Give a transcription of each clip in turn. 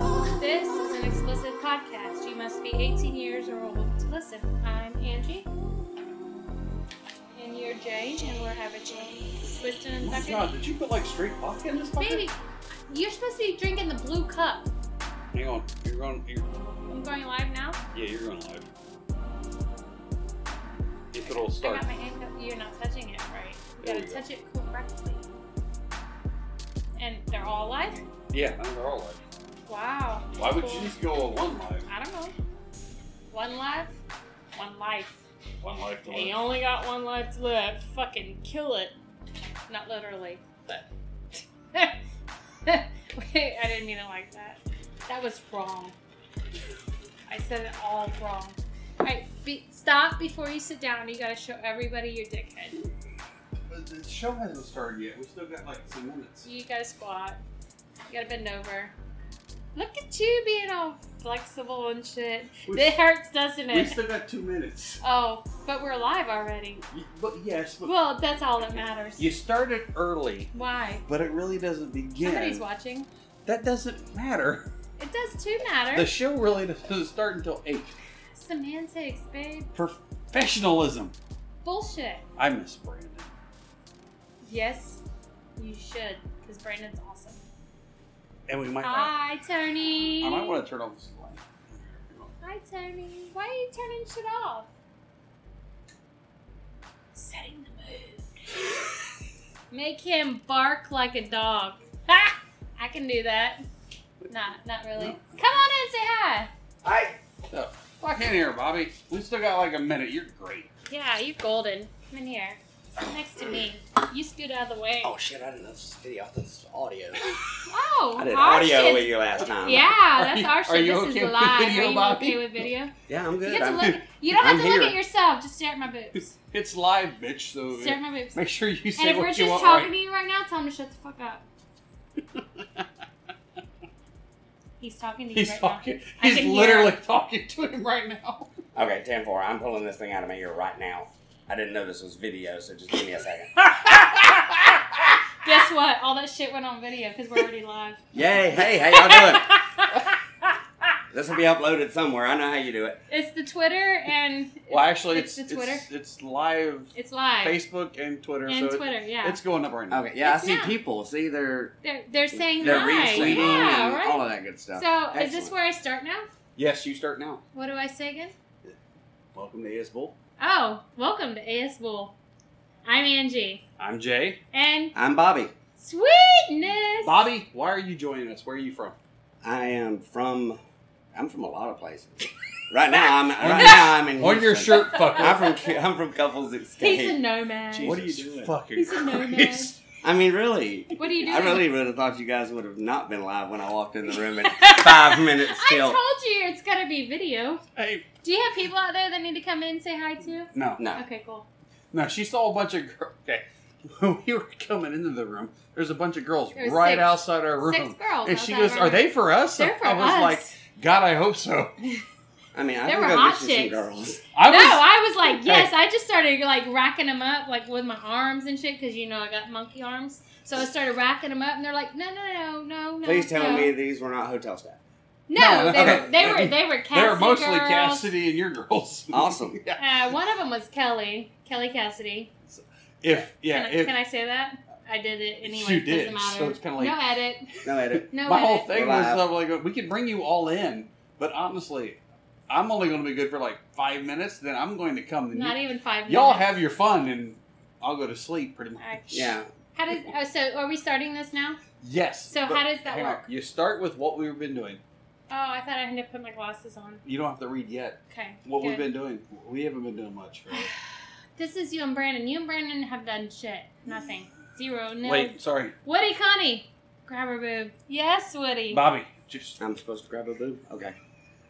Oh podcast. You must be 18 years or old to listen. I'm Angie. And you're Jay, and we're having Twisted Oh and my Tucker. god, did you put like straight vodka in this fucker? Baby, you're supposed to be drinking the blue cup. Hang on, you're going, you're, I'm going live now. yeah, you're going live. If it'll I start. got my hand cup. You're not touching it right. You There gotta we go. touch it correctly. And they're all live? Yeah, I mean, they're all live. Wow. Why would Cool. you just go on one live? I don't know. One life, one life. One live to And you live. only got one life to live. Fucking kill it. Not literally, but. Wait, I didn't mean it like that. That was wrong. I said it all wrong. Alright, be, stop before you sit down. You gotta show everybody your dickhead. But the show hasn't started yet. We still got like some minutes. You gotta squat. You gotta bend over. Look at you being all flexible and shit. We, It hurts, doesn't we it? still got two minutes. Oh, but we're alive already. You- But yes, but Well, that's all that matters. you started early, Why? but it really doesn't begin. Somebody's watching. That doesn't matter. It does too matter. The show really doesn't start until eight. Semantics, babe. Professionalism. Bullshit. I miss Brandon. Yes, you should, because Brandon's awesome. And we might. Hi, Tony. I might want to turn off this light. Hi, Tony. Why are you turning shit off? Setting the mood. Make him bark like a dog. Ha! I can do that. Nah, not really. No. Come on in, say hi. Hi. The fuck in here, Bobby. We still got like a minute. You're great. Yeah, you're golden. Come in here. Sit next to me. You scoot out of the way. Oh shit, I didn't know this was video. I thought this was audio. Oh, I did our audio shit's- with you last time. Yeah, that's you- our shit. are you this okay is with live. video, are you Bobby? okay with video? Yeah, I'm You, good. get to I'm, look, you don't have I'm to look here. at yourself. Just stare at my boobs. It's live, bitch. So Stare at my boobs. make sure you And say if we're what you just want. talking Right. to you right now, tell him to shut the fuck up. He's talking to you He's right talking. I He's can hear literally talking to him right now. Okay, 10 4. I'm pulling this thing out of my ear right now. I didn't know this was video, so just give me a second. now. Guess what? All that shit went on video because we're already live. Yay, hey, how y'all doing? This will be uploaded somewhere. I know how you do it. it's the Twitter and it's, Well, actually, it's, it's the Twitter. It's, it's live It's live Facebook and Twitter. and so it- Twitter. yeah, it's going up right now. Okay, yeah, It's I see not. people. See, they're they're, they're saying they're hi. retweeting Yeah, and right. all of that good stuff. So is this Excellent. where I start now? Yes, you start now. What do I say again? Welcome to AS Bull. Oh, welcome to AS Bull. I'm Angie. I'm Jay. And I'm Bobby. sweetness! Bobby, why are you joining us? Where are you from? I am from. I'm from a lot of places. Right now, I'm right now I'm in. On your Houston. shirt, fucker. I'm from. I'm from Couples Escape. He's a nomad. Jeez. what are you Jesus doing? He's a nomad. Christ. I mean, really. What are you doing? I really would have thought you guys would have not been live when I walked in the room at five minutes I till. told you it's gotta be video. Hey, Do you have people out there that need to come in and say hi to? no, No. Okay, cool. no. She saw a bunch of girls. Okay, when we were coming into the room, there's a bunch of girls There was right six. outside our room, Six girls. and she outside goes, of our- "Are they for us?" They're for I was us. like, "God, I hope so." I mean, I They can were go hot get you some chicks. girls. I no, was. I was like, yes. I just started like racking them up, like with my arms and shit, because you know I got monkey arms. So I started racking them up, and they're like, no, no, no, no, no. Please tell no. me these were not hotel staff. No, No, they, okay. were, they were they were Cassidy they were mostly girls. Cassidy and your girls. Awesome. yeah. Uh, one of them was Kelly, Kelly Cassidy. If yeah, can, I, if can I say that? I did it anyway. you it doesn't did, matter. so it's kinda like- no edit, No edit. no my edit. whole thing Well, was I- I'm like, we can bring you all in, but honestly, I'm only going to be good for like five minutes. Then I'm going to come. and Not you- even five. y'all minutes. have your fun, and I'll go to sleep pretty much. I- Yeah. How does oh, so? Are we starting this now? Yes. So but how does that hang on. work? You start with what we've been doing. Oh, I thought I had to put my glasses on. You don't have to read yet. Okay. What we've been good. doing. We haven't been doing much. really. This is you and Brandon. You and Brandon have done shit. Nothing. Zero. Nil. Wait, sorry, Woody Connie, grab her boob. Yes, Woody. Bobby. Just I'm supposed to grab a boob? Okay.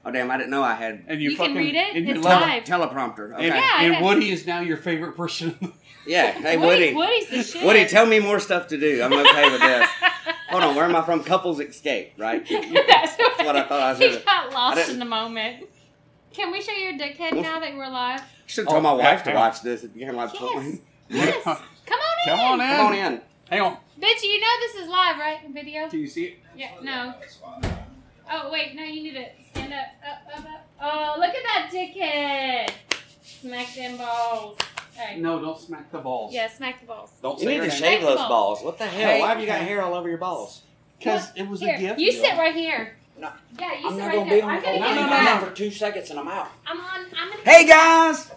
Oh, damn, I didn't know I had and you, You can fucking read it? And you It's love live. teleprompter. And, Okay. Yeah, I and got- Woody is now your favorite person. in Yeah. Hey, Woody. Woody. Woody's the shit. Woody, tell me more stuff to do. I'm okay with this. Hold on, where am I from? Couples Escape, right? That's That's what I thought I He said. got lost didn't- in the moment. Can we show your dickhead now that we're live? Should Oh, tell my wife to hang on. watch this if you can't like put Yes. one. Yes. Come Come on in. on in. Come on in. Hang on. Bitch, you know this is live, right? Video? Can you see it? Yeah, no. Oh, wait, no, you need to stand hand up, up, up, up. Oh, look at that dickhead! Smack them balls. Alright. No, don't smack the balls. Yeah, smack the balls. Don't You say need her to name. shake shave those them. balls. What the hell? Hey. Why have you got hair all over your balls? Because it was Here, a gift. you sit right here. No. Yeah, you I'm sit not right gonna there. be on I'm gonna the phone. get No, you no, no, back. no. for two seconds and I'm out. I'm on. I'm gonna. Hey guys,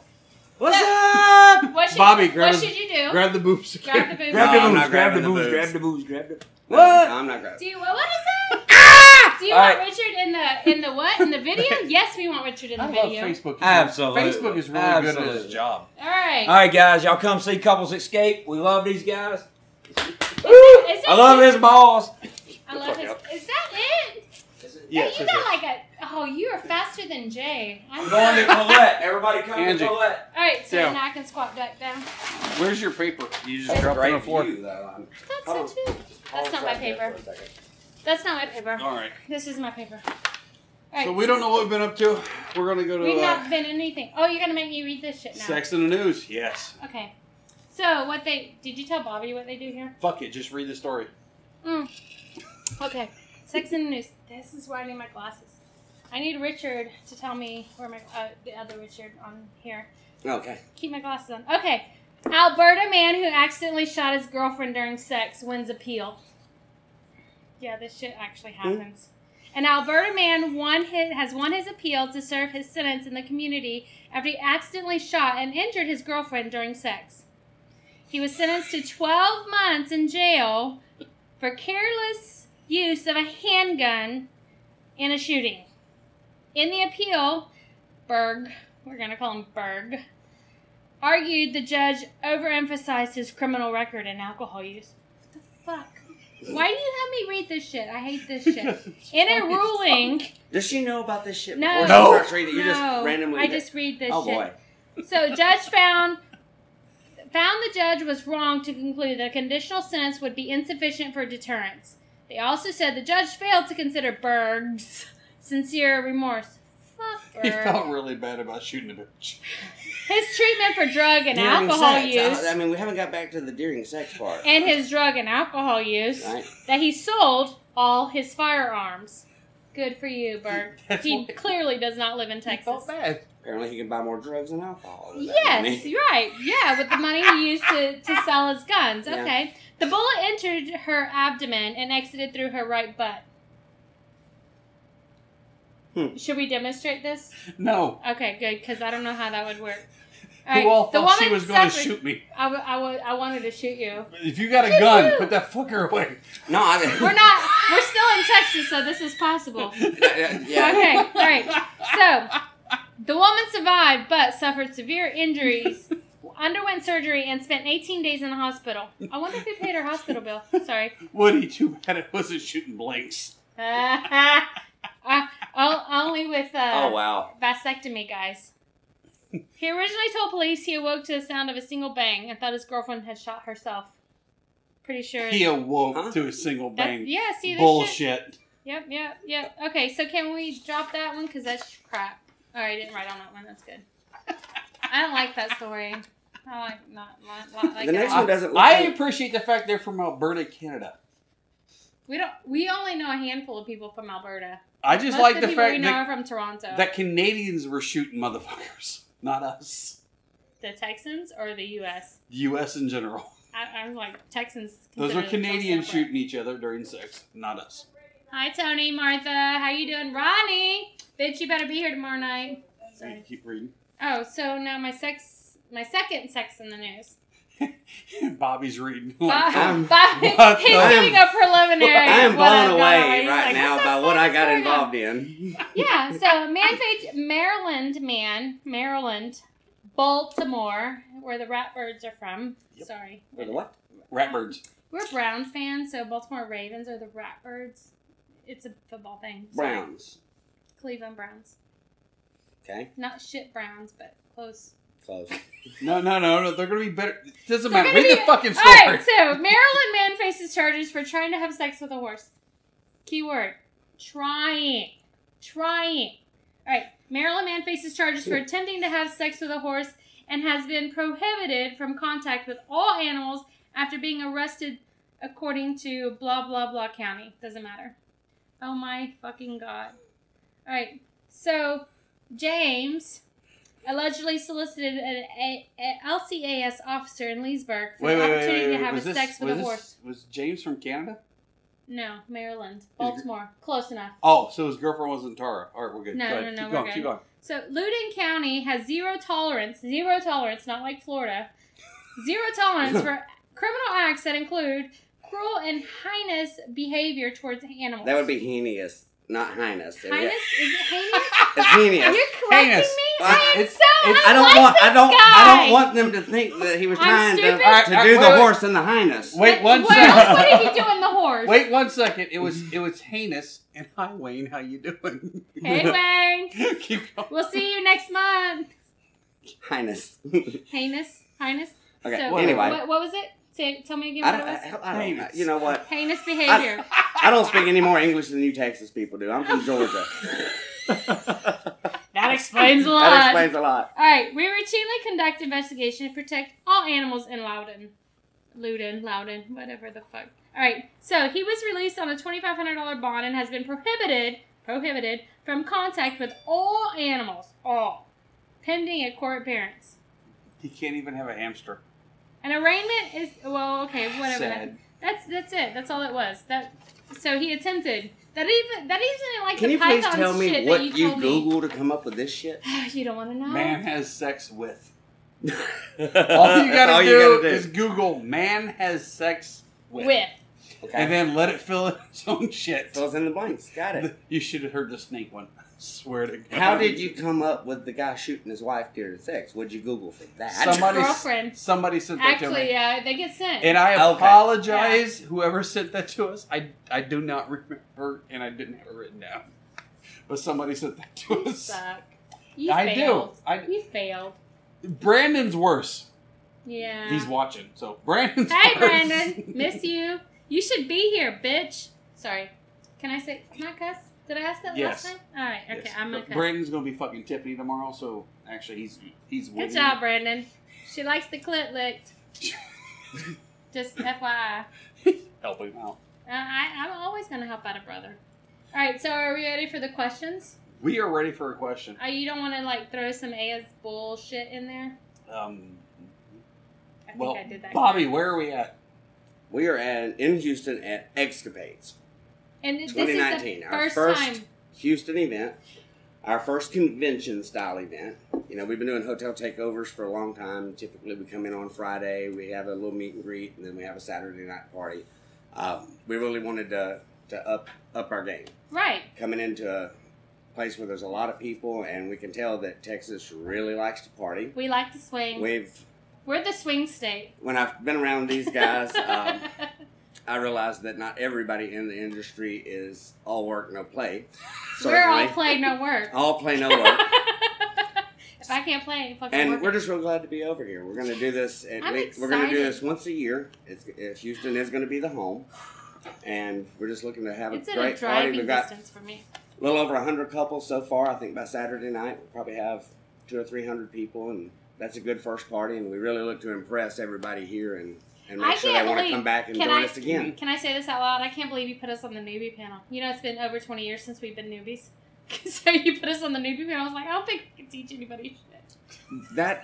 what's up? What should, Bobby, what grab his- should you do? Grab the boobs. Grab the boobs. No, Grab I'm the boobs. Grab the not grabbing the boobs. boobs. Grab the boobs. Grab the. No, What? I'm not grabbing. Do you, well, what is that? Ah! Do you All want right. Richard in the in the what in the video? yes, we want Richard in the I love video. Facebook. Absolutely. Facebook is really good at Absolutely. its job. All right. All Uh, right, guys, y'all come see couples escape. We love these guys. Is that I love it? his balls. I love Fuck his. Is that it? Yes, hey, you yes, got like a. Oh, you are faster than Jay. I'm I'm going to Colette. Everybody come Angie. to Colette. All right, so Yeah. now I can squat back down. Where's your paper? You just dropped it on the floor. That's so true. That's not my paper. That's not my paper. All right. This is my paper. All right. So we don't know what we've been up to. We're gonna go We've to not uh, been anything. Oh, you're gonna make me read this shit now. Sex in the News. Yes. Okay. So what they did you tell Bobby what they do here? Fuck it. Just read the story. Okay. Sex in the news. This is where I need my glasses. I need Richard to tell me where my uh, the other Richard on here. Okay. Keep my glasses on. Okay. Alberta man who accidentally shot his girlfriend during sex wins appeal. Yeah, this shit actually happens. An Alberta man won his, has won his appeal to serve his sentence in the community after he accidentally shot and injured his girlfriend during sex. He was sentenced to 12 months in jail for careless use of a handgun in a shooting. In the appeal, Berg, we're going to call him Berg, argued the judge overemphasized his criminal record and alcohol use. What the fuck? Why do you have me read this shit? I hate this shit. In a ruling, Does she know about this shit? No. before she No. starts reading it? You No, just randomly. I just read this Oh shit. boy. So judge found found the judge was wrong to conclude that a conditional sentence would be insufficient for deterrence. They also said the judge failed to consider Berg's sincere remorse. Fuck He Berg. felt really bad about shooting a bitch. His treatment for drug and During alcohol sex. use I, I mean, we haven't got back to the during sex part. and his drug and alcohol use Right. that he sold all his firearms. Good for you, Berg. That's He why- clearly does not live in He felt Texas. bad. Apparently, he can buy more drugs and alcohol. with that Yes, money. you're right. Yeah, with the money he used to, to sell his guns. Yeah. Okay. The bullet entered her abdomen and exited through her right butt. Hmm. Should we demonstrate this? No. Okay, good, because I don't know how that would work. Who all the thought she woman was going to suffered- shoot me? I, w- I, w- I wanted to shoot you. If you got a Shoot gun, you. put that fucker away. No, I mean, We're not, we're still in Texas, so this is possible. Yeah, yeah. Okay, all right. So, the woman survived but suffered severe injuries, underwent surgery, and spent 18 days in the hospital. I wonder who paid her hospital bill. Sorry. Woody, too bad it wasn't shooting blanks. Uh, only with uh, Oh wow. vasectomy, guys. He originally told police he awoke to the sound of a single bang and thought his girlfriend had shot herself. Pretty sure. He awoke Huh? to a single that's, bang. yeah, see this shit. Bullshit. Yep, yep, yep. Okay, so can we drop that one? Because that's crap. All right, I didn't write on that one. That's good. I don't like that story. I like not, not, not like the it next all. one doesn't look. I like- appreciate the fact they're from Alberta, Canada. We don't. We only know a handful of people from Alberta. I just Most like of the people we fact know that, are from Toronto. that Canadians were shooting motherfuckers, not us. the Texans or the U.S. U.S. in general. I, I'm like Texans. Those consider are themselves Canadians separate. shooting each other during sex, not us. Hi, Tony, Martha. How you doing, Ronnie? Bitch, you better be here tomorrow night. Sorry. Keep reading. Oh, so now my sex, my second sex in the news. Bobby's reading. Bob, I'm- Bob- what he's the- giving a preliminary. I am what I've blown got. away He's right like, now "What by the what I fuck got is going on?" involved in. Yeah, so Manpage, Maryland man, Maryland, Baltimore, where the Ratbirds are from. Yep. Sorry. Wait, what? Ratbirds. We're Browns fans, so Baltimore Ravens are the Ratbirds. It's a football thing. Sorry. Browns. Cleveland Browns. Okay, Not shit Browns, but close. close. No, no, no, no. They're gonna be better. It doesn't They're matter. gonna Read be- the fucking All story. right, so Maryland man faces charges for trying to have sex with a horse. Keyword: trying, trying. All right, Maryland man faces charges for attempting to have sex with a horse and has been prohibited from contact with all animals after being arrested, according to blah blah blah county. Doesn't matter. Oh my fucking god! All right, So James allegedly solicited an A- a- LCAS officer in Leesburg for Wait, the wait, wait, opportunity wait, wait. to have was a this, sex with was a this- horse. Was James from Canada? No, Maryland, gr- Baltimore, close enough. Oh, so his girlfriend wasn't Tara. All right, we're good. No, Go no, ahead. no, keep we're going, good. keep going. So Loudoun County has zero tolerance, zero tolerance, not like Florida, zero tolerance for criminal acts that include cruel and heinous behavior towards animals. That would be heinous, not heinous. heinous. Is it heinous? It's heinous. You're correcting Heinous. me. I- I am it's- so. it's- I, I don't like want. This I don't. I guy. don't want them to think that he was I'm trying to, stupid. All right, to all right, do wait, the wait. horse and the heinous. Wait one what second. else would he be doing the horse? Wait one second. It was it was heinous. And hi Wayne, how you doing? Hey Wang. keep going. We'll see you next month. Heinous. Heinous. Heinous. Okay. So, well, anyway, What, what was it? Say, tell me again I what don't. it was. I, I don't Heinous. you know what? Heinous behavior. I don't speak any more English than you Texas people do. I'm from Georgia. that explains a lot. That explains a lot. All right, we routinely conduct investigation to protect all animals in Loudon. Loudon, Loudon, whatever the fuck. All right, so he was released on a $2,500 bond and has been prohibited, prohibited from contact with all animals, all, pending a court appearance. He can't even have a hamster. An arraignment is well, okay, whatever. Sad. That's that's it. That's all it was. That so he attempted. That even that isn't like Can the you Python please tell shit me that what you, you told Googled to come up with this shit? me. you don't want to know. Man has sex with. All you All you gotta, do, is Google "man has sex with,", With Okay. and then let it fill in its own shit. Fills in the blanks. Got it. You should have heard the snake one. Swear to God. How did you come up with the guy shooting his wife during sex? What'd you Google for that? Somebody, Girlfriend. Somebody sent that to actually, me, yeah, they get sent. and I Okay. apologize. Whoever sent that to us, I I do not remember, and I didn't have it written down. But somebody sent that to You us. suck. You I failed. do. I You failed. Brandon's worse. Yeah. He's watching, so Brandon's. hey, worse. Brandon. Miss you. You should be here, bitch. Sorry. Can I say? Can I cuss? Did I ask that Yes. last time? All right. Okay. Yes. I'm gonna But cuss. Brandon's gonna be fucking Tiffany tomorrow, so actually he's he's Good winning. job, Brandon. She likes the clit licked. Just FYI. Help him out. Uh, I, I'm always gonna help out a brother. All right. So are we ready for the questions? We are ready for a question. Oh, you don't want to like throw some A's bullshit in there? Um, I think well, I did that. Bobby, where are we at? We are at, in Houston at Excavates, And this is 2019, the our first, first- time. Houston event, our first convention style event. You know, we've been doing hotel takeovers for a long time. Typically, we come in on Friday, we have a little meet and greet, and then we have a Saturday night party. Um, we really wanted to, to up up our game. Right. coming into a place where there's a lot of people, and we can tell that Texas really likes to party. We like to swing. We've We're the swing state. when I've been around these guys, um, I realize that not everybody in the industry is all work no play. Certainly, We're all play, no work. all play no work. if I can't play, I ain't fucking And working. we're just real glad to be over here. We're gonna do this. At I'm least, we're gonna do excited. this once a year. It's, it- Houston is gonna be the home, and we're just looking to have it's a in a great party. driving We've got distance for me. a little over 100 couples so far. I think by Saturday night, we'll probably have two or 300 people, and that's a good first party. And we really look to impress everybody here and, and make I sure can't they want to believe- come back and can join I- us again. Can I say this out loud? I can't believe you put us on the newbie panel. You know, it's been over 20 years since we've been newbies. so you put us on the newbie panel. I was like, I don't think I can teach anybody shit. That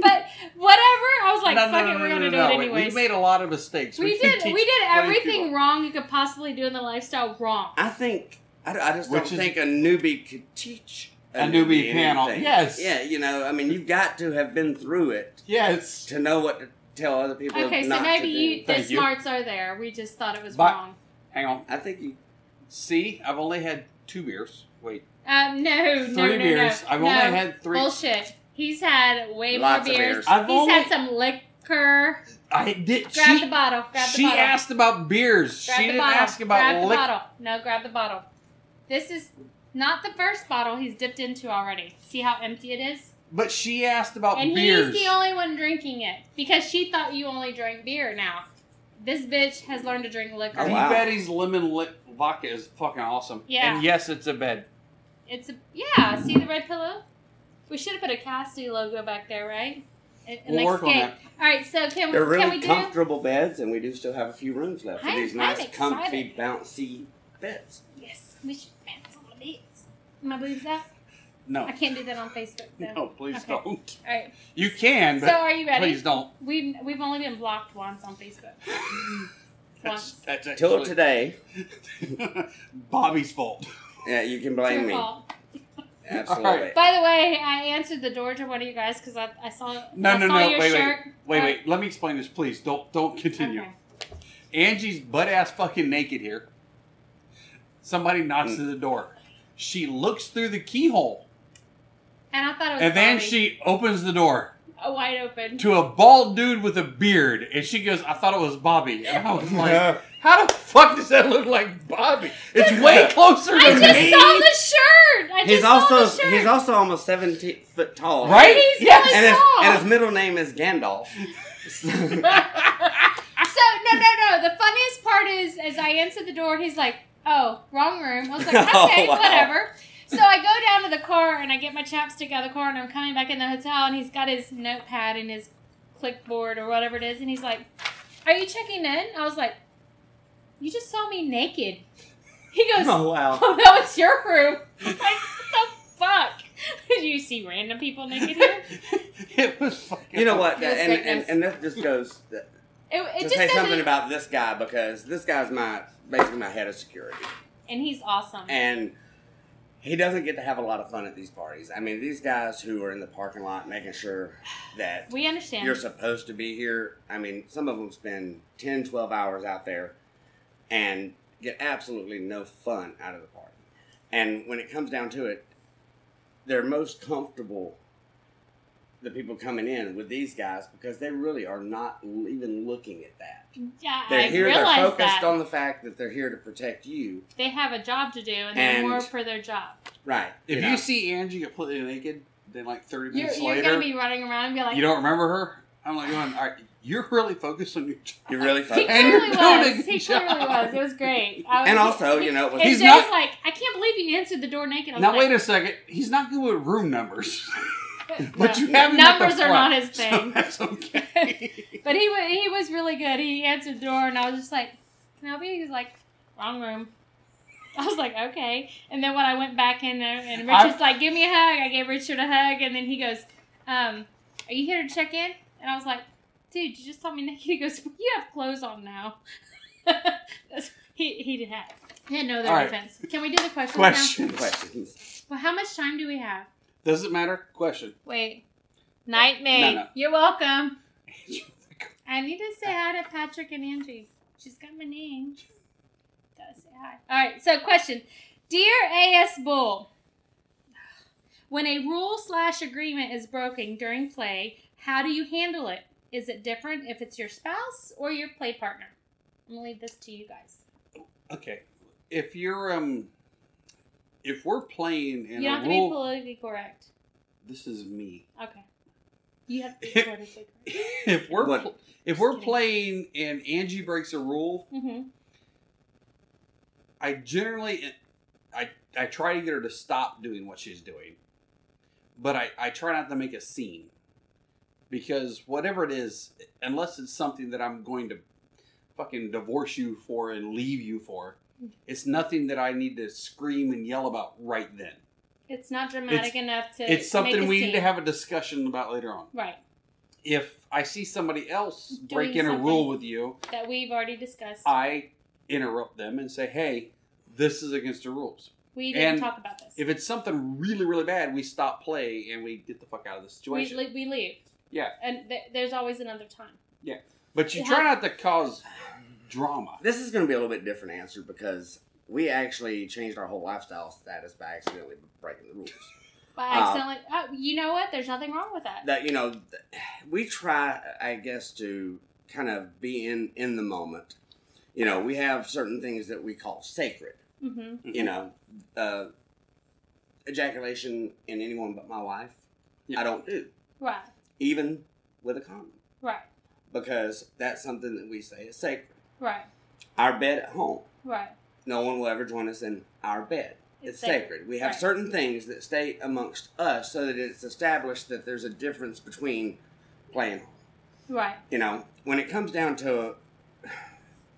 But whatever. I was like, No, no, fuck no, it, no, we're no, going to do no, it no. We- anyways. We made a lot of mistakes. We can did. teach We did plenty of everything people. wrong you could possibly do in the lifestyle wrong. I think I, I just Which don't is- think a newbie could teach A newbie panel, anything. yes. yeah. You know, I mean, you've got to have been through it Yes. to know what to tell other people. Okay, so not to maybe do. you, the Thank you. smarts are there. We just thought it was But- wrong. Hang on. I think you. See, I've only had two beers. Wait, Um, no, three no, no, beers. no. I've no. only had three. Bullshit. He's had way Lots of more beers. beers. I've He's only. had some liquor. I did. Grab she the bottle. Grab the she bottle. asked about beers. grab she the didn't bottle. ask about grab the liquor. bottle. No, grab the bottle. This is not the first bottle he's dipped into already. See how empty it is? But she asked about And beers. he's the only one drinking it because she thought you only drank beer now. This bitch has learned to drink liquor. Oh, Lee wow. Betty's lemon lit vodka is fucking awesome. Yeah. And yes, it's a bed. It's a yeah. See the red pillow? We should have put a Cassidy logo back there, right? An- an We'll work on escape. that. All right, so can we They're can really we do? comfortable beds, and we do still have a few rooms left for I'm- these I'm nice, comfy, excited. bouncy beds. Yes, we should pants on the beds. my boobs out? No. I can't do that on Facebook though. No, please Okay. don't. All right. You can, So but are you ready? please don't. We've we've only been blocked once on Facebook. That's, Once. that's Till actually today, Bobby's fault. yeah, you can It's blame your me. fault. Absolutely. All right. By the way, I answered the door to one of you guys because I, I saw No, I no, saw no, your wait, wait. shirt. Wait, Uh, wait. Let me explain this, please. Don't don't continue. okay. Angie's butt ass fucking naked here. Somebody knocks at the door. She looks through the keyhole And I thought it was and then Bobby. she opens the door Uh, wide open. to a bald dude with a beard, and she goes, "I thought it was Bobby," and I was like, "How the fuck does that look like Bobby? It's way closer to I just me." saw the shirt. I He's just saw also the shirt. he's also almost seventeen foot tall. Right? He's Yes. really And his, tall. and his middle name is Gandalf. so no, no, no. The funniest part is, as I answered the door, he's like, "Oh, wrong room." I was like, Oh, "Okay, wow. whatever." So I go down to the car and I get my chapstick out of the car and I'm coming back in the hotel and he's got his notepad and his clipboard or whatever it is and he's like, "Are you checking in?" I was like, "You just saw me naked." He goes, oh wow. "Oh, that was your room." I was like, what the fuck? Did you see random people naked here? it was fucking. You know what? Feels And, like and this. and that just goes to It, it just say doesn't. something about this guy because this guy's my basically my head of security, and he's awesome. and he doesn't get to have a lot of fun at these parties. I mean, these guys who are in the parking lot making sure that we understand. you're supposed to be here. I mean, some of them spend 10, 12 hours out there and get absolutely no fun out of the party. And when it comes down to it, they're most comfortable, the people coming in with these guys, because they really are not l- even looking at that. yeah, They're I here, realize they're focused that. on the fact that they're here to protect you. they have a job to do and they're And- more for their job. Right. If know. you see Angie completely naked, then like thirty You're, minutes you're later, gonna be running around and be like, you don't remember her. I'm like, going, all right, you're really focused on your. job." You're really he focused. And clearly you're doing a was. good He clearly job. was. It was great. I was, And also, you know, it was- and He's Jay's not- like, I can't believe you answered the door naked. I was Now like, wait a second. He's not good with room numbers, but- but no. you have him at the numbers are front, not his so thing. that's okay. but he was he was really good. He answered the door, and I was just like, "Can I help you?" He was like, "Wrong room." I was like, "Okay." And then when I went back in there, and I- Richard's like, "Give me a hug." I gave Richard a hug, and then he goes, um, "Are you here to check in?" And I was like, "Dude, you just saw me naked." He goes, well, "You have clothes on now." That's- he he didn't have. He had no other All right. defense. Can we do the questions Questions. Questions. now? Well, how much time do we have? Doesn't matter. Question. Wait. Night, Nate. no. You're welcome. I need to say hi to Patrick and Angie. She's got my name. Gotta say hi. All right. So, question, dear AS Bull, when a rule slash agreement is broken during play, how do you handle it? Is it different if it's your spouse or your play partner? I'm gonna leave this to you guys. Okay. If you're um, if we're playing in you don't a have rule, to be politically correct. this is me. Okay. You have to be politically correct. if we're What? pl- if we're Just kidding. playing and Angie breaks a rule, Mm-hmm. I generally I I try to get her to stop doing what she's doing. But I, I try not to make a scene. Because whatever it is, unless it's something that I'm going to fucking divorce you for and leave you for, it's nothing that I need to scream and yell about right then. It's not dramatic It's- enough to. it's something make a we need to scene. have a discussion about later on. Right. If I see somebody else Doing breaking a something. rule with you, That we've already discussed. Uh, I interrupt them and say, "Hey, this is against the rules." we didn't and talk about this. If it's something really, really bad, we stop play and we get the fuck out of the we, situation. le- we leave. Yeah. And th- there's always another time. but you It try not to cause drama. This is going to be a little bit different answer because we actually changed our whole lifestyle status by accidentally breaking the rules. By Uh, accidentally. oh, you know what? There's nothing wrong with that. That you know, th- we try, I guess, to kind of be in in the moment. You know, we have certain things that we call sacred. hmm You know, uh, ejaculation in anyone but my wife, Yeah. I don't do, Right. even with a condom, Right. because that's something that we say is sacred. Right. Our bed at home, Right. no one will ever join us in our bed. It's sacred. We have Right. certain things that stay amongst us so that it's established that there's a difference between playing. Right. You know, when it comes down to uh,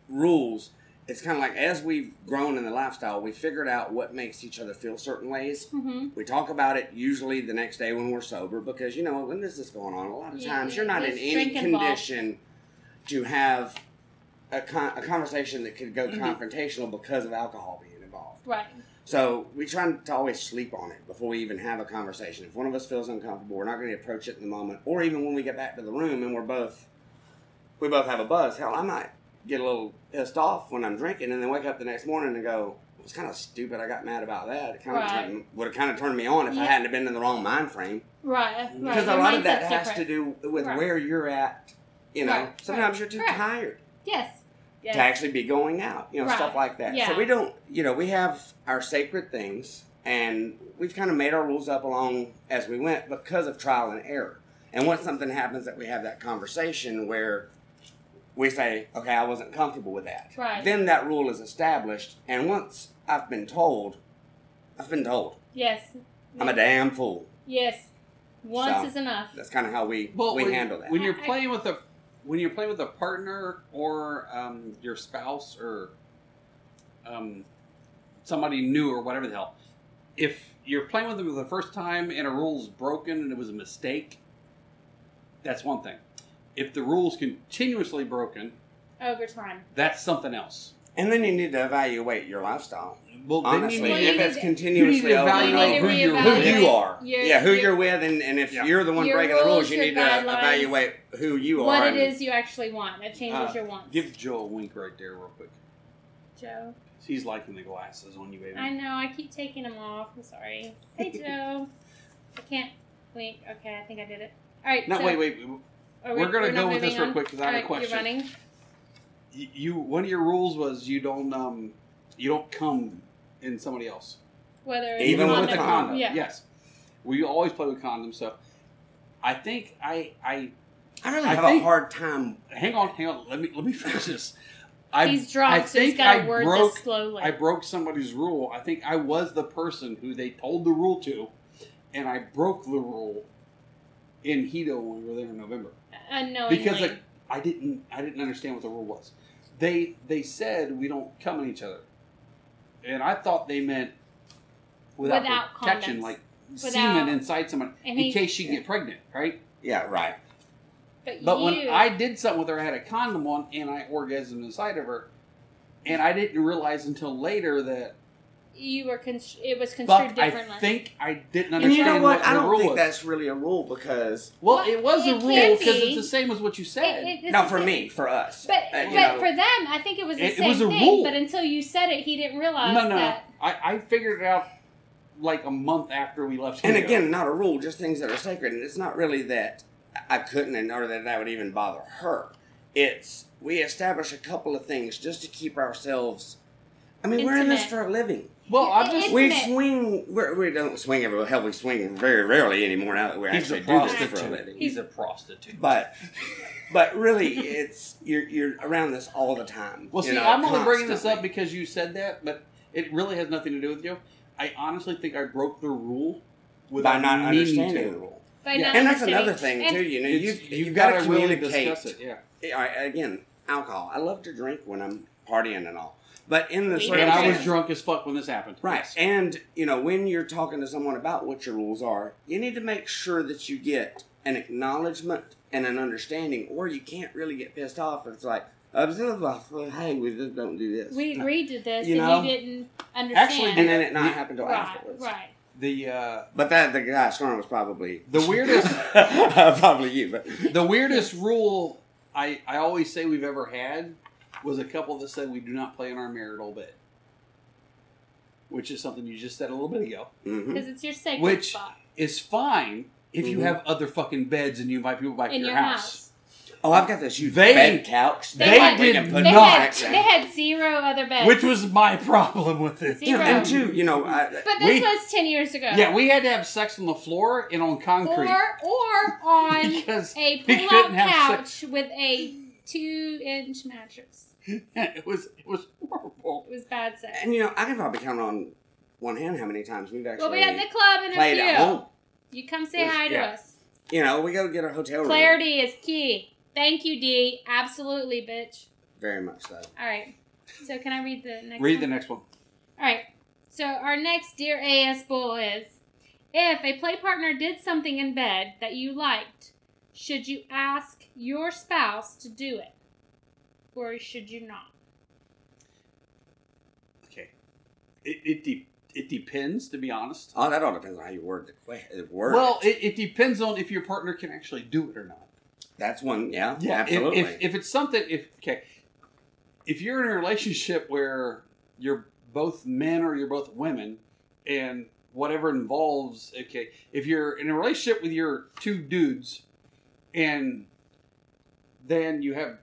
rules, it's kind of like as we've grown in the lifestyle, we figured out what makes each other feel certain ways. Mm-hmm. We talk about it usually the next day when we're sober because you know when this is going on, a lot of Yeah, times you're not in there's any drinking involved. condition to have a, con- a conversation that could go Mhm. confrontational because of alcohol being involved. Right. So we try to always sleep on it before we even have a conversation. If one of us feels uncomfortable, we're not going to approach it in the moment, or even when we get back to the room and we're both, we both have a buzz. Hell, I might get a little pissed off when I'm drinking, and then wake up the next morning and go, "It was kind of stupid. I got mad about that. It kind of Right. would have kind of turned me on if I Yeah. hadn't have been in the wrong mind frame." Right. Right. Because Your a lot of that mindset's has different. to do with Right. where you're at. You know, Right, right, sometimes you're too right. tired Yes. Yes. to actually be going out, you know, Right. stuff like that. Yeah. So we don't, you know, we have our sacred things and we've kind of made our rules up along as we went because of trial and error. And once something happens that we have that conversation where we say, okay, I wasn't comfortable with that. Right. Then that rule is established. And once I've been told, I've been told, Yes. I'm a damn fool. Yes. Once So, is enough. That's kind of how we, Well, we when, handle that. when you're I- I- playing with a when you're playing with a partner or um, your spouse or um, somebody new or whatever the hell. If you're playing with them for the first time and a rule's broken and it was a mistake, that's one thing. If the rule's continuously broken, Over time. that's something else. and then you need to evaluate your lifestyle. Well, then you Honestly, need- you if need it's to- continuously you need to over and evaluate over, who you're with. who you are. Your- yeah, who your- you're with, and, and if Yeah. you're the one Your breaking the rules, rules, you your need to guidelines, evaluate who you are. What it and- is you actually want. It changes Uh, your wants. give Joe a wink right there, real quick. Joe. He's liking the glasses on you, baby. I know. I keep taking them off. I'm sorry. Hey, Joe. I can't wink. Okay, I think I did it. All right. No, so wait, wait. wait. are we- We're gonna we're not go with this moving real on? quick because All I have right, a question. You're running. Y- you one of your rules was you don't um you don't come in somebody else Whether it's Even condom. with the a condom. Yeah. yes we always play with condoms so i think i i I really I have think- a hard time. hang on hang on let me let me finish this i he's drunk, I so he's think got I to word broke- this slowly. i broke somebody's rule i think i was the person who they told the rule to and i broke the rule in Hito when we were there in november unknowingly. because like, I didn't I didn't understand what the rule was. They they said we don't come at each other, and I thought they meant without, Without protection, condoms. like Without- semen inside someone And in he- case she get pregnant, right? Yeah, right. but, But when you- I did something with her, I had a condom on and I orgasmed inside of her, and I didn't realize until later that you were constr- it was construed fuck, I differently. think I didn't And understand you know what? the I don't rule think was. that's really a rule because well, Well, it was it a can rule because be. it's the same as what you said. It- it- this no, is for it. me, for us. But Uh, but you know, for them, I think it was the It- it same was a thing. rule. But until you said it, he didn't realize no, no, no. that. I, I figured it out like a month after we left. and Helios. again, not a rule, just things that are sacred. And it's not really that I couldn't, and or that that would even bother her. It's we establish a couple of things just to keep ourselves. I mean, we're in this Intimate. for a living. well, I'm it- just it's We Intimate. swing. We're, we don't swing every. Hell, we swing very rarely anymore. Now that we he's actually a do this for a prostitute. living. He's a prostitute. But but really, it's you're you're around this all the time. well, see, you know, I'm only bringing this up constantly. because you said that, but it really has nothing to do with you. I honestly think I broke the rule without by not meaning understanding to. the rule. By Yeah. not And that's understanding. another thing And- too. You know, It's- you've you've you've got gotta to really communicate. discuss it. Yeah, Yeah, I- Again, alcohol. I love to drink when I'm partying and all, but in the Me and I was Yeah. drunk as fuck when this happened. Right. Yes. And, you know, when you're talking to someone about what your rules are, you need to make sure that you get an acknowledgement and an understanding, or you can't really get pissed off. It's like, "Oh, observe, hey, we just don't do this. We agreed to this, You know? and you didn't understand. and then it not happen till right, afterwards. right. The uh, But that the guy snoring was probably The weirdest- probably you, but the weirdest rule I I always say we've ever had was a couple that said we do not play in our marital bed, which is something you just said a little bit ago. Mhm. Because it's your sacred Which- spot is fine if you Mhm. have other fucking beds and you invite people back in to your, your, house. house. oh, I've got this huge They- bed couch. they that had- we can put They No, had back in. they had zero other beds, Which was my problem with it. See? yeah, and zero. two, you know, I, But we- this was ten years ago. Yeah, we had to have sex on the floor and on concrete. or or on because a couldn't pull-out have couch with a two-inch mattress. it was it was horrible. It was bad sex. and you know, I can probably count on one hand how many times we've actually Well, we had the club and played at a home. few. You come say hi to Yeah. us. You know, we go get a hotel room. Clarity is key. Thank you, D. Absolutely, bitch. Very much so. All right. So can I read the next Read one? the next one. All right. So our next dear AS bull is if a play partner did something in bed that you liked, should you ask your spouse to do it? Or should you not? Okay. It it, de- it depends, to be honest. Oh, that all depends on how you word the question. Word. Well, it, it depends on if your partner can actually do it or not. that's one. Yeah. Yeah, if- Absolutely. If, if, it's something, if okay, if you're in a relationship where you're both men or you're both women, and whatever involves, okay, if you're in a relationship with your two dudes, and then you have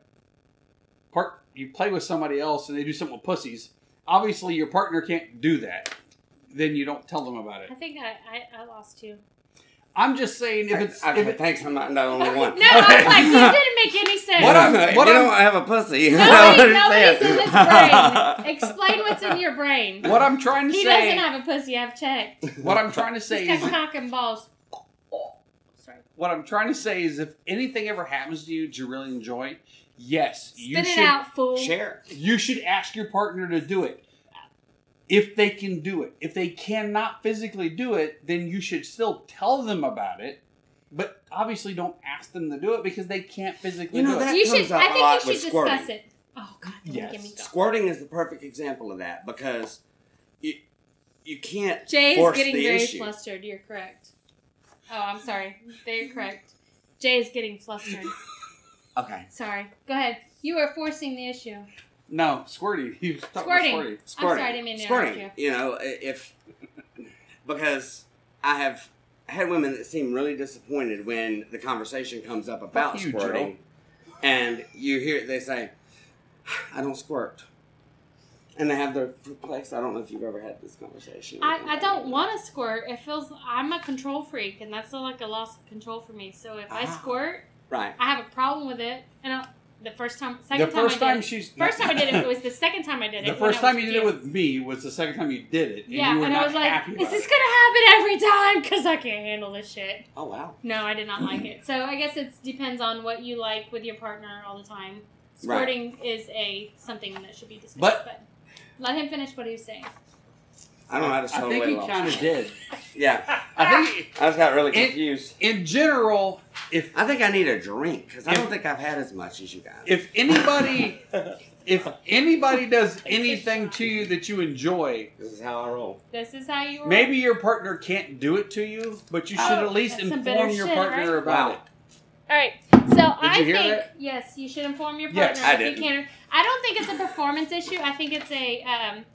part, you play with somebody else, and they do something with pussies. Obviously, your partner can't do that. Then you don't tell them about it. I think I, I, I lost you. I'm just saying if it's I, I, if it, thanks, I'm not, not only no, one. I was like, that didn't make any sense. What What I'm- if what you I'm- don't have a pussy. I don't Nobody, nobody's in his understand. brain. Explain what's in your brain. what I'm trying to He say doesn't have a pussy. I've checked. what I'm trying to say He's is got cock and balls. Sorry. what I'm trying to say is if anything ever happens to you that you really enjoy, yes, you Spit it should out, fool. Share. you should ask your partner to do it. If they can do it. If they cannot physically do it, then you should still tell them about it. But obviously don't ask them to do it because they can't physically You know do that- it. you comes should. up I a think lot you with should squirting. discuss it. Oh God, don't Yes. give me God. Squirting is the perfect example of that because you you can't Jay is force getting the very issue. flustered. You're correct. Oh, I'm sorry. They're correct. Jay is getting flustered. Okay. Sorry. Go ahead. You are forcing the issue. No, squirty. You was talking about Squirting. squirty. Squirting. sorry, I didn't mean to Squirting. interrupt You know, i- if because I have had women that seem really disappointed when the conversation comes up about you, Joe. squirting, and you hear they say, "I don't squirt." And they have their place. I don't know if you've ever had this conversation. with I, I anybody. don't want to squirt. It feels I'm a control freak, and that's like a loss of control for me. So if I Ah. squirt, Right. I have a problem with it. And I, the first time, second The first time I time did, she's first time I did it, it was the second time I did it. The when first I was time you did it confused. with me was the second time you did it. And yeah, you were and not I was like, happy is about this it. gonna happen every time? Because I can't handle this shit. Oh wow. No, I did not like it. So I guess it depends on what you like with your partner all the time. Right. Squirting is a something that should be discussed. But, But- let him finish what he was saying. I don't know how to slow I think weight he loss. kind of did. Yeah, I think I just got really It- confused. in general, if I think I need a drink because I If- don't think I've had as much as you guys. if anybody if anybody does anything to you that you enjoy this is how I roll. This is how you were. maybe your partner can't do it to you but you should Oh, at least that's some inform bitter your shit, partner right? about Wow. it All right. So I you hear think that? yes, you should inform your partner Yes, I if you didn't. can. I don't think it's a performance issue. I think it's a um,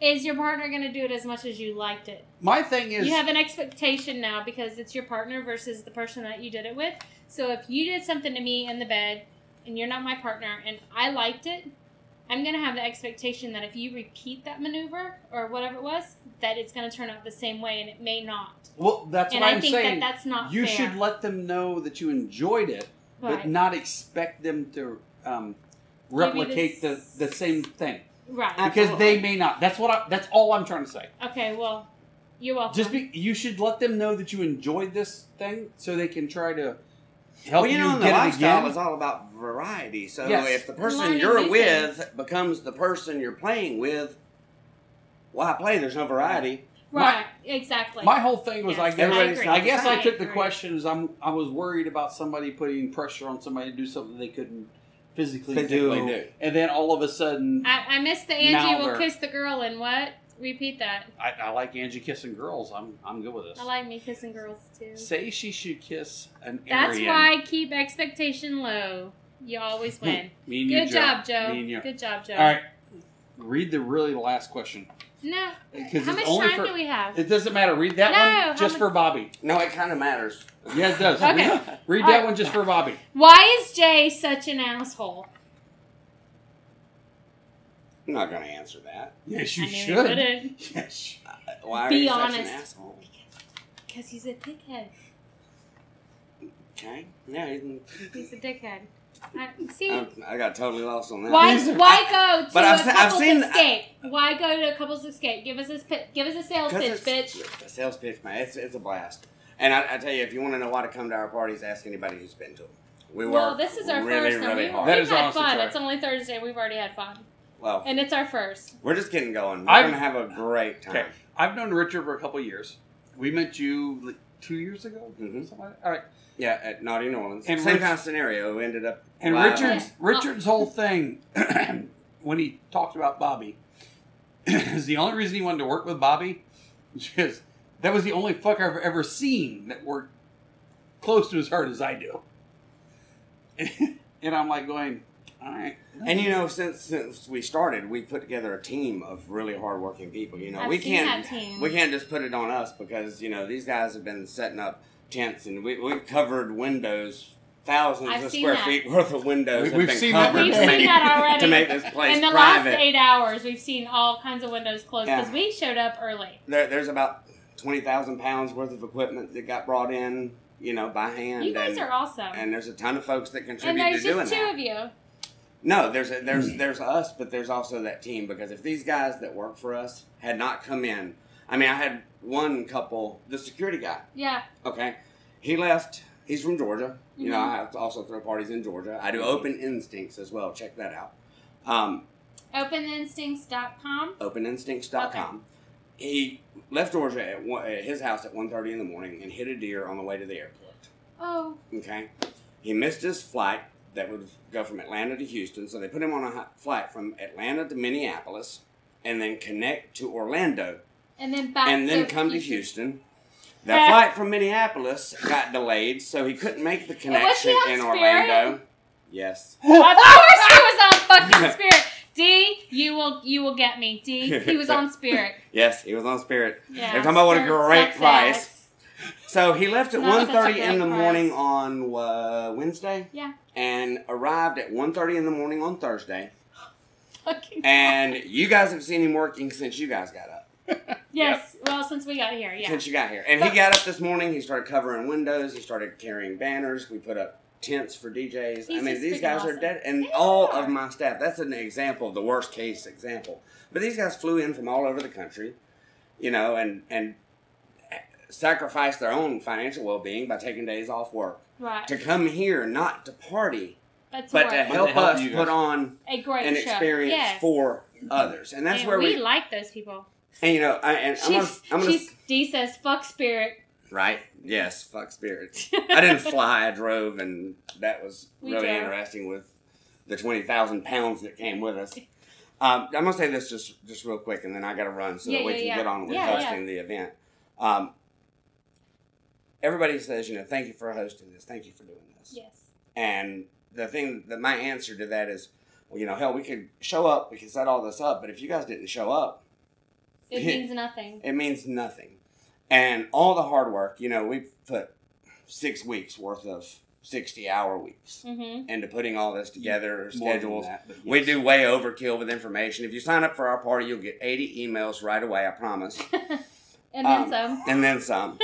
is your partner going to do it as much as you liked it? my thing is you have an expectation now because it's your partner versus the person that you did it with. So if you did something to me in the bed and you're not my partner and I liked it, I'm going to have the expectation that if you repeat that maneuver or whatever it was, that it's going to turn out the same way and it may not. well that's and what I am think saying that that's not you fair. should let them know that you enjoyed it but right. not expect them to um, replicate the, s- the same thing right. because Absolutely. they may not that's what I, that's all i'm trying to say Okay, well, you're welcome. just be you should let them know that you enjoyed this thing so they can try to help well, you, know, and the get it lifestyle again is all about variety. So Yes. if the person Learning you're new with becomes the person you're playing with, why play? There's no variety. right, exactly. My whole thing was Yes, I guess I I, agree. guess I, I took the agree. questions. I'm I was worried about somebody putting pressure on somebody to do something they couldn't physically, Physically do, do. and then all of a sudden, I, I, I missed the Now Angie will we're- kiss the girl and what? Repeat that. I, like Angie kissing girls. I'm I'm good with this. I like me kissing girls too. Say she should kiss an That's Aryan. why keep expectation low. You always win. Me and you, Good job, Joe. Me and you. Good job, Joe. All right, read the really last question No. because How it's much only time for. do we have? It doesn't matter. Read that No, how one just much- for Bobby. No, it kind of matters. Yeah, it does. Okay. Read, read All that right. one just for Bobby. Why is Jay such an asshole? I'm not going to answer that. Yes, you I knew he should. wouldn't, Yes. Why are Be you such honest. an asshole? Because he's a dickhead. Okay. Yeah, you He's a dickhead. I, see? can- I, I got totally lost on that. why Um, These are- why go to But a I've se- I've couple's uh, seen- escape? why go to a couple's escape? Give us a, sp- give us a sales pitch, Because bitch. it's- A sales pitch, man. It's, it's a blast. And I, I tell you, if you want to know why to come to our parties, ask anybody who's been to them. We well, work this is our really, first time. really we, hard. That We've is had honestly fun. correct. It's only Thursday. We've already had fun. Well, and it's our first. we're just getting going. We're I've- going to have a great time. Okay. I've known Richard for a couple of years. We met you like, two years ago. Mhm. Something like that. All right. Yeah, at Naughty New Orleans. And Same Rich- kind of scenario. We ended up. And live. Richard's Yeah. Richard's whole thing when he talked about Bobby is the only reason he wanted to work with Bobby is because that was the only fucker I've ever seen that worked close to as hard as I do. And I'm like going, all right. And you know, since since we started, we put together a team of really hardworking people. You know, I've we seen can't that team. we can't just put it on us because you know these guys have been setting up tents and we we've covered windows, 1000s I've of seen square that. feet worth of windows. We- have we've been seen that covered We've to seen make- that already. to make this place In the private. last eight hours, we've seen all kinds of windows closed because Yeah. we showed up early. there, there's about twenty thousand pounds worth of equipment that got brought in, you know, by hand. you guys and, are awesome. And, and there's a ton of folks that contribute to there's doing just two that. of you. No, there's a, there's there's us, but there's also that team because if these guys that work for us had not come in, I mean, I had one couple, the security guy. Yeah. Okay, he left. He's from Georgia. You know, Mhm. I have to also throw parties in Georgia. I do Open Instincts as well. Check that out. Um, Openinstincts.com. OpenInstincts.com. He left Georgia at, one, at his house at 1.30 in the morning and hit a deer on the way to the airport. Oh, Okay. He missed his flight that would go from Atlanta to Houston, so they put him on a hi- flight from Atlanta to Minneapolis and then connect to Orlando and then back and then to come to Houston. Houston. The flight from Minneapolis got delayed, so he couldn't make the connection on in Spirit? Orlando. Yes. Of course he was on fucking Spirit. D, you will you will get me. D, he was on Spirit. Yes, he was on Spirit. Yeah. They're talking about what a Spirit great sucks price. ass. So he left at Not such a 1.30 in the great morning price. on uh, Wednesday Yeah. and arrived at 1.30 in the morning on Thursday. Fucking And you guys have seen him working since you guys got up. yes. Well, since we got here, yeah. since you got here. And he got up this morning. He started covering windows. He started carrying banners. We put up tents for DJs. I He's mean, just these freaking guys are awesome. dead. And They all are. of my staff. That's an example, of the worst case example. But these guys flew in from all over the country, you know, and and sacrificed their own financial well being by taking days off work Right. to come here, not to party, That's but work. to But to help help us you guys. put on a great an show. experience Yes. for others. And that's And where we, we, like those people. and you know, I, and I'm gonna, She's, I'm gonna she's D says fuck Spirit. Right. Yes. Fuck spirits. I didn't fly. I drove, and that was We really drove. interesting with the twenty thousand pounds that came with us. Um, I'm gonna say this just just real quick, and then I gotta run so Yeah, that we yeah, can yeah. get on with Yeah, yeah. hosting the event. Um, everybody says, you know, thank you for hosting this. Thank you for doing this. Yes. And the thing that my answer to that is, well, you know, hell, we could show up, we could set all this up, but if you guys didn't show up, It means nothing. it means nothing. And all the hard work, you know, we put six weeks worth of 60 hour weeks Mm-hmm. into putting all this together, More than schedules. that, but yes. We do way overkill with information. If you sign up for our party, you'll get 80 emails right away, I promise, And then Um, some. and then some.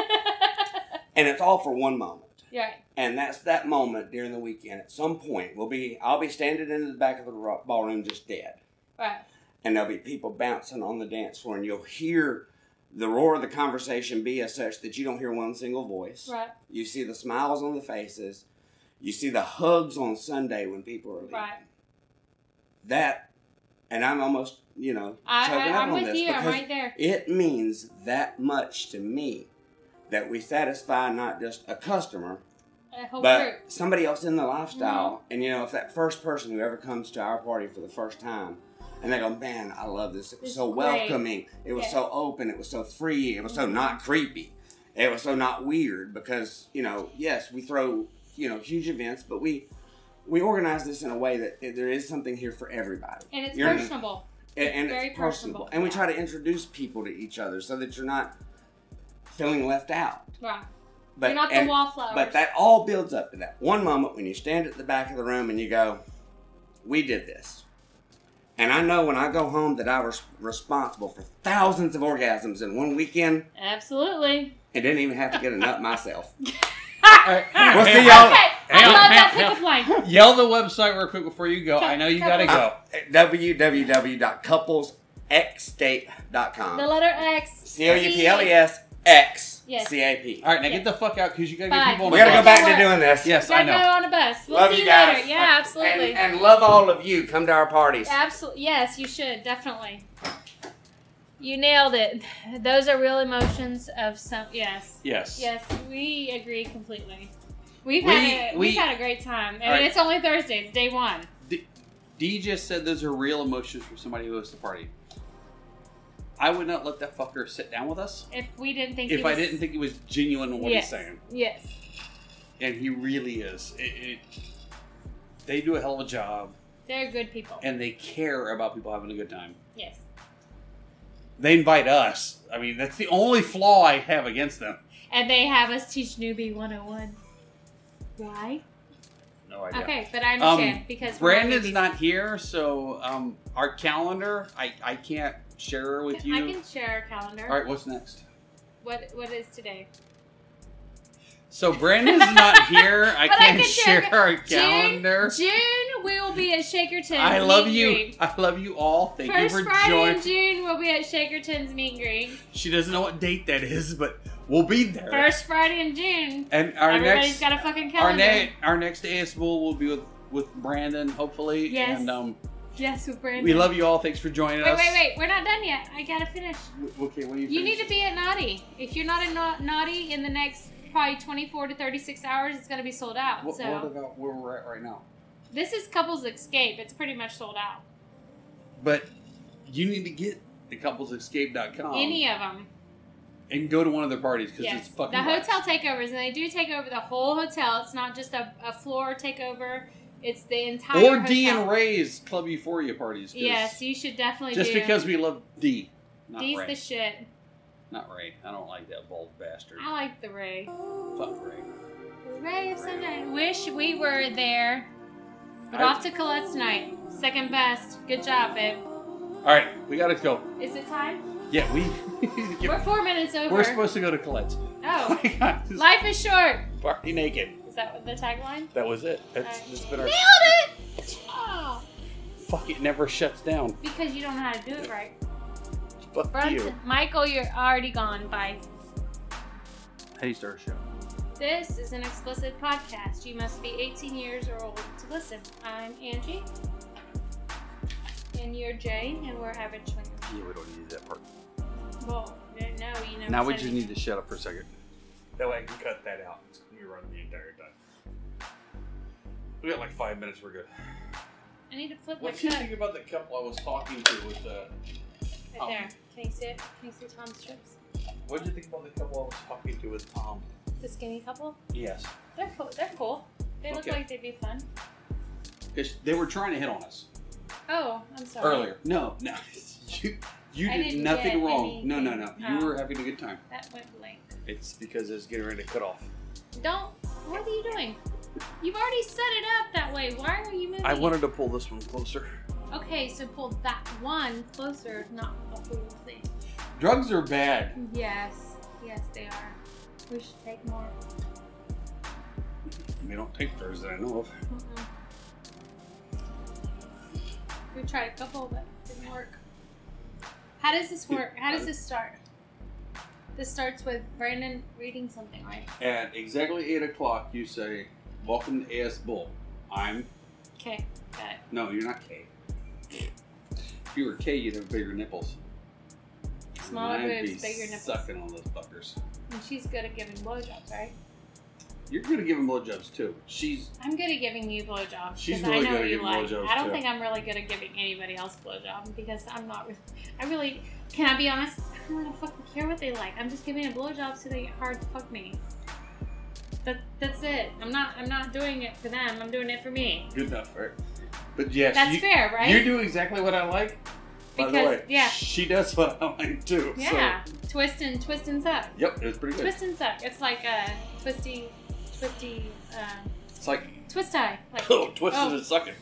and it's all for one moment. Yeah. And that's that moment during the weekend. At some point, we'll be I'll be standing in the back of the ro- ballroom just dead. Right. and there'll be people bouncing on the dance floor, and you'll hear the roar of the conversation be as such that you don't hear one single voice. Right. You see the smiles on the faces, you see the hugs on Sunday when people are leaving. Right. That, and I'm almost, you know, I, choking I, up I'm on with this you. I'm because right there. it means that much to me that we satisfy not just a customer, A whole but group. somebody else in the lifestyle. Mm-hmm. And you know, if that first person who ever comes to our party for the first time, and they go, "Man, I love this. It was This so is great." welcoming. It was Yes. so open. It was so free. It was so Mhm. not creepy. It was so not weird." Because you know, yes, we throw you know huge events, but we we organize this in a way that it- there is something here for everybody, And it's You're- personable. A- and, It's very it's personable. personable, And we yeah. try to introduce people to each other so that you're not feeling left out. Right. But You're not and- the wallflowers. but that all builds up to that one moment when you stand at the back of the room and you go, We did this. And I know when I go home that I was responsible for thousands of orgasms in one weekend Absolutely. and didn't even have to get a nut myself. All right, Ah, hang on, We'll hang see on. y'all. Okay, I Hang on, love that hang on, pickup line. Yell the website real quick before you go. I know you gotta go. At www.couplesxstate.com. The letter X. C O U P L E S X Yes. CIP. All right, now get the fuck out because you gotta Bye. get people on We the gotta bus. go back to doing this. Yes, I Gotta go know. on a bus. We'll love see you you guys. later. Yeah, absolutely. And, and love all of you. Come to our parties. Absolutely. Yes, you should definitely. You nailed it. Those are real emotions of some. Yes. Yes. Yes, we agree completely. We've We- had a, we- we, have had a great time, and Alright. it's only Thursday. It's day one. D just said those are real emotions from somebody who hosts a party. I would not let that fucker sit down with us If we didn't think, if he I was- didn't think he was genuine in what yes, he's saying. yes, And he really is. It, it, they do a hell of a job they're good people. and they care about people having a good time. yes, They invite us. I mean, that's the only flaw I have against them. and they have us teach newbie 101. Why? No idea. Um, Okay, but I understand because we're Brandon's newbies. not here, so um, our calendar, I, I can't share with you. I can share our calendar. All right, what's next? What What is today? So Brandon's not here. I But I can't can share share- our June- calendar. June, we will be at Shakerton. I love you. I love you all. Thank First you for Friday in joining. June, we'll be at Shakerton's meet and greet. She doesn't know what date that is, but we'll be there. First Friday in June. and Everybody's our next got a fucking our calendar. next our next AS Bowl will be with with Brandon, hopefully. Yes. And um, Yes, with Brandon. we love you all. Thanks for joining Wait, us. wait, wait. We're not done yet. I gotta finish. wait. Okay, what do you? You finish? need to be at Naughty. If you're not at Nau- Naughty in the next probably 24 to 36 hours, it's gonna be sold out. What, so what about where we're at right now? this is Couples Escape. It's pretty much sold out. But you need to get the couplesescape.com Any of them. and go to one of their parties Oh. because Yes. it's fucking the rocks. hotel takeovers, and they do take over the whole hotel. It's not just a, a floor takeover. It's the entire or hotel. D and Ray's Club Euphoria parties. 'cause- Yes, you should definitely just do. because we love D, not D's Ray. the shit. not Ray. I don't like that bald bastard. I like the Ray. Fuck Ray. Ray of Sunshine. Wish we were there. But I- off to Colette's night. Second best. Good job, babe. All right, we gotta go. Is it time? Yeah, we. We're four minutes over. we're supposed to go to Colette's. Oh. my god, this Life is short. party naked. Is that what the tagline? That was it. That's, Alright. that's been our Nailed it! Oh, fuck. It never shuts down. because you don't know how to do it right. Fuck Brunson, you. Michael, you're already gone. Bye. Hey, Star Show. This is an explicit podcast. You must be 18 years or old to listen. I'm Angie. And you're Jay, and we're average women. Yeah, we don't need that part. Well, no, you never Now we said just it. need to shut up for a second. That way I can cut that out. It's gonna be running the entire time. We got like five minutes. We're good. I need to flip What's my you cup. think about the couple I was talking to with the? Right Oh. there. Can you see it? Can you see Tom's strips? What did you think about the couple I was talking to with Tom? The skinny couple? Yes, They're cool. They're cool. They look Okay. like they'd be fun. because they were trying to hit on us Oh, I'm sorry. earlier. No, no, you you I did didn't nothing get wrong. No, no, no. anything. You Oh. were having a good time. That went blank. It's because it's getting ready to cut off. Don't. What are you doing? You've already set it up that way. Why are you moving? I it? wanted to pull this one closer. Okay, so pull that one closer, not the whole thing. Drugs are bad. Yes, yes, they are. We should take more. We don't take drugs that I know of. Mm-mm. We tried a couple, but it didn't work. How does this work? How does this start? This starts with Brandon reading something, right? At exactly eight o'clock, you say, "Welcome to AS Bull." I'm Okay, got it. No, you're not K. If you were K, you'd have bigger nipples. Smaller And I'd be boobs, bigger nipples. Sucking on those fuckers. And she's good at giving blowjobs, right? You're gonna give him blowjobs too. She's I'm good at giving you blowjobs. She's 'cause really I know good at you giving like. blowjobs, I don't too. think I'm really good at giving anybody else blowjobs because I'm not. Really, I really can I be honest? I don't really fucking care what they like. I'm just giving a blowjob so they get hard to fuck me. That that's it. I'm not. I'm not doing it for them. I'm doing it for me. good enough, right? But yes, That's you, fair, right? you do exactly what I like. By the Because- way, yeah. she does what I like too. yeah. So, Twist and twist and suck. yep, it's pretty good. Twist and suck. It's like a twisty, twisty, um, It's like twist tie. Like oh, twisted Oh. and sucking.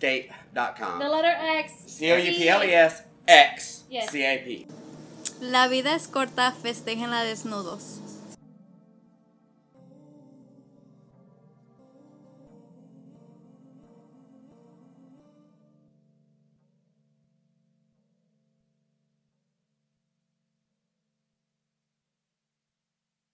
the www.couplesxstate.com. letter X. C O U P L E S X Yes. C A P. La vida es corta, festejenla desnudos.